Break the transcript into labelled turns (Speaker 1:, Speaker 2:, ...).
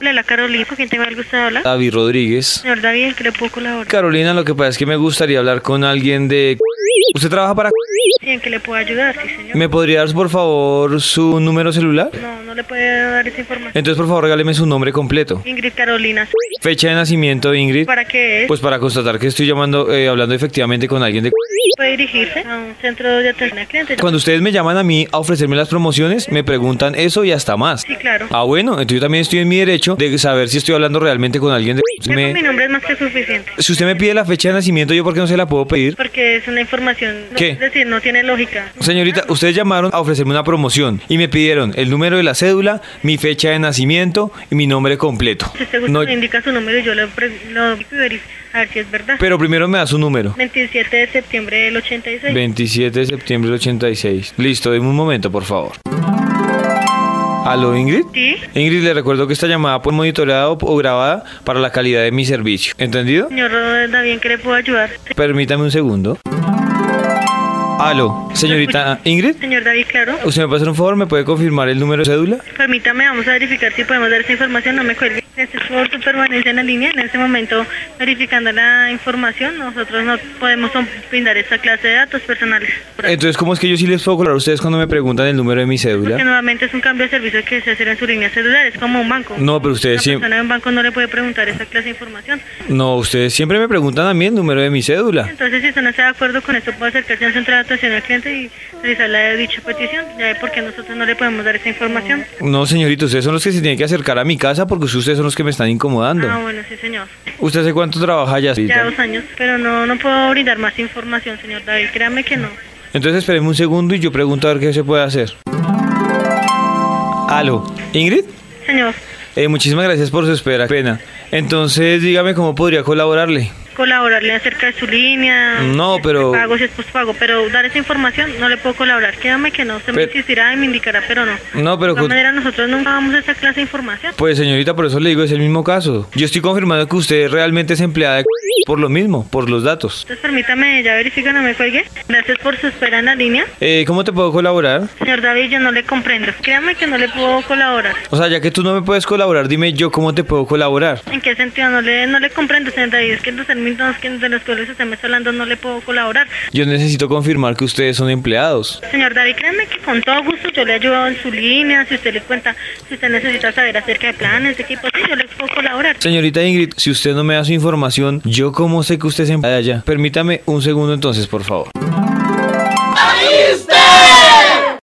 Speaker 1: Lola Carolina, ¿con quién tengo el gusto de hablar?
Speaker 2: David Rodríguez.
Speaker 1: Señor David, ¿en qué le puedo colaborar?
Speaker 2: Carolina, lo que pasa es que me gustaría hablar con alguien de... ¿Usted trabaja para...
Speaker 1: Sí, ¿en qué le puedo ayudar? Sí, señor.
Speaker 2: ¿Me podría dar, por favor, su número celular?
Speaker 1: No, no le puedo dar esa información.
Speaker 2: Entonces, por favor, regáleme su nombre completo.
Speaker 1: Ingrid Carolina,
Speaker 2: Fecha de nacimiento, Ingrid.
Speaker 1: ¿para qué es?
Speaker 2: Pues para constatar que estoy llamando, eh, hablando efectivamente con alguien de...
Speaker 1: ¿Puede dirigirse a un centro de atención a clientes?
Speaker 2: Cuando ustedes me llaman a mí a ofrecerme las promociones, me preguntan eso y hasta más.
Speaker 1: Sí, claro.
Speaker 2: Ah, bueno, entonces yo también estoy en mi derecho de saber si estoy hablando realmente con alguien de...
Speaker 1: Ya con mi
Speaker 2: Me-
Speaker 1: nombre es más que suficiente.
Speaker 2: Si usted me pide la fecha de nacimiento, ¿yo por qué no se la puedo pedir?
Speaker 1: Porque es una información, no-
Speaker 2: ¿Qué?
Speaker 1: es decir, no tiene lógica.
Speaker 2: Señorita, ustedes llamaron a ofrecerme una promoción y me pidieron el número de la cédula, mi fecha de nacimiento y mi nombre completo.
Speaker 1: Si usted gusta,
Speaker 2: No,
Speaker 1: me indica su número y yo lo, pre- lo verifico a ver si es verdad.
Speaker 2: pero primero me da su número.
Speaker 1: 27 de septiembre del 86.
Speaker 2: 27 de septiembre del 86. Listo, dime un momento, por favor. ¿Aló, Ingrid?
Speaker 1: ¿Sí?
Speaker 2: Ingrid, le recuerdo que esta llamada fue monitoreada o- o grabada para la calidad de mi servicio. ¿Entendido?
Speaker 1: Señor David, ¿en qué le puedo ayudar?
Speaker 2: Permítame un segundo. Aló, señorita Ingrid.
Speaker 1: Señor David, claro.
Speaker 2: ¿Usted me puede hacer un favor? ¿Me puede confirmar el número de cédula?
Speaker 1: Permítame, vamos a verificar si podemos dar esa información. No me cuelgue. Gracias por su permanencia en la línea. En este momento, verificando la información, nosotros no podemos brindar esta clase de datos personales.
Speaker 2: Entonces, ¿cómo es que yo sí les puedo colaborar a ustedes cuando me preguntan el número de mi
Speaker 1: Porque
Speaker 2: cédula?
Speaker 1: nuevamente es un cambio de servicio que se hace en su línea celular. Es como un banco.
Speaker 2: No, pero
Speaker 1: Una
Speaker 2: ustedes siempre,
Speaker 1: persona de un banco no le puede preguntar esa clase de información.
Speaker 2: no, ustedes siempre me preguntan a mí el número de mi cédula.
Speaker 1: Entonces, si usted no está de acuerdo con esto, puede acercarse a un centro de atención al cliente y realizar la dicha petición. Ya ve por qué nosotros no le podemos dar esa información.
Speaker 2: No, señorita, ustedes son los que se tienen que acercar a mi casa porque ustedes son los que me están incomodando.
Speaker 1: Ah, bueno, sí, señor.
Speaker 2: ¿Usted hace cuánto trabaja ya?
Speaker 1: Ya
Speaker 2: señorita?
Speaker 1: dos años, pero no, no puedo brindar más información, señor David. Créame que no.
Speaker 2: Entonces, espéreme un segundo y yo pregunto a ver qué se puede hacer. Aló, Ingrid,
Speaker 1: Señor,
Speaker 2: eh, muchísimas gracias por su espera, pena. Entonces, dígame cómo podría colaborarle.
Speaker 1: colaborarle acerca de su línea.
Speaker 2: No,
Speaker 1: si es
Speaker 2: pero-
Speaker 1: Pago, si es postpago, pero dar esa información no le puedo colaborar. Créame que no. Usted me
Speaker 2: Pero-
Speaker 1: insistirá y me indicará, pero no.
Speaker 2: No, pero...
Speaker 1: De todas
Speaker 2: con-
Speaker 1: maneras, nosotros nunca damos esa clase de información.
Speaker 2: Pues señorita, por eso le digo, es el mismo caso. Yo estoy confirmando que usted realmente es empleada de por lo mismo, por los datos.
Speaker 1: Entonces, permítame, ya verifica, no me cuelgue. Gracias por su espera en la línea.
Speaker 2: Eh, ¿Cómo te puedo colaborar?
Speaker 1: Señor David, yo no le comprendo. Créame que no le puedo colaborar.
Speaker 2: O sea, ya que tú no me puedes colaborar, dime yo cómo te puedo colaborar.
Speaker 1: ¿En qué sentido? No le, no le comprendo, señor David. Es que los términos que- de los cuales usted me está hablando no le puedo colaborar.
Speaker 2: Yo necesito confirmar que ustedes son empleados.
Speaker 1: Señor David, créeme que con todo gusto yo le ayudo en su línea, si usted le cuenta, si usted necesita saber acerca de planes, equipos, sí, yo le puedo colaborar.
Speaker 2: Señorita Ingrid, si usted no me da su información, yo cómo sé que usted es empleada ya. Permítame un segundo entonces, por favor.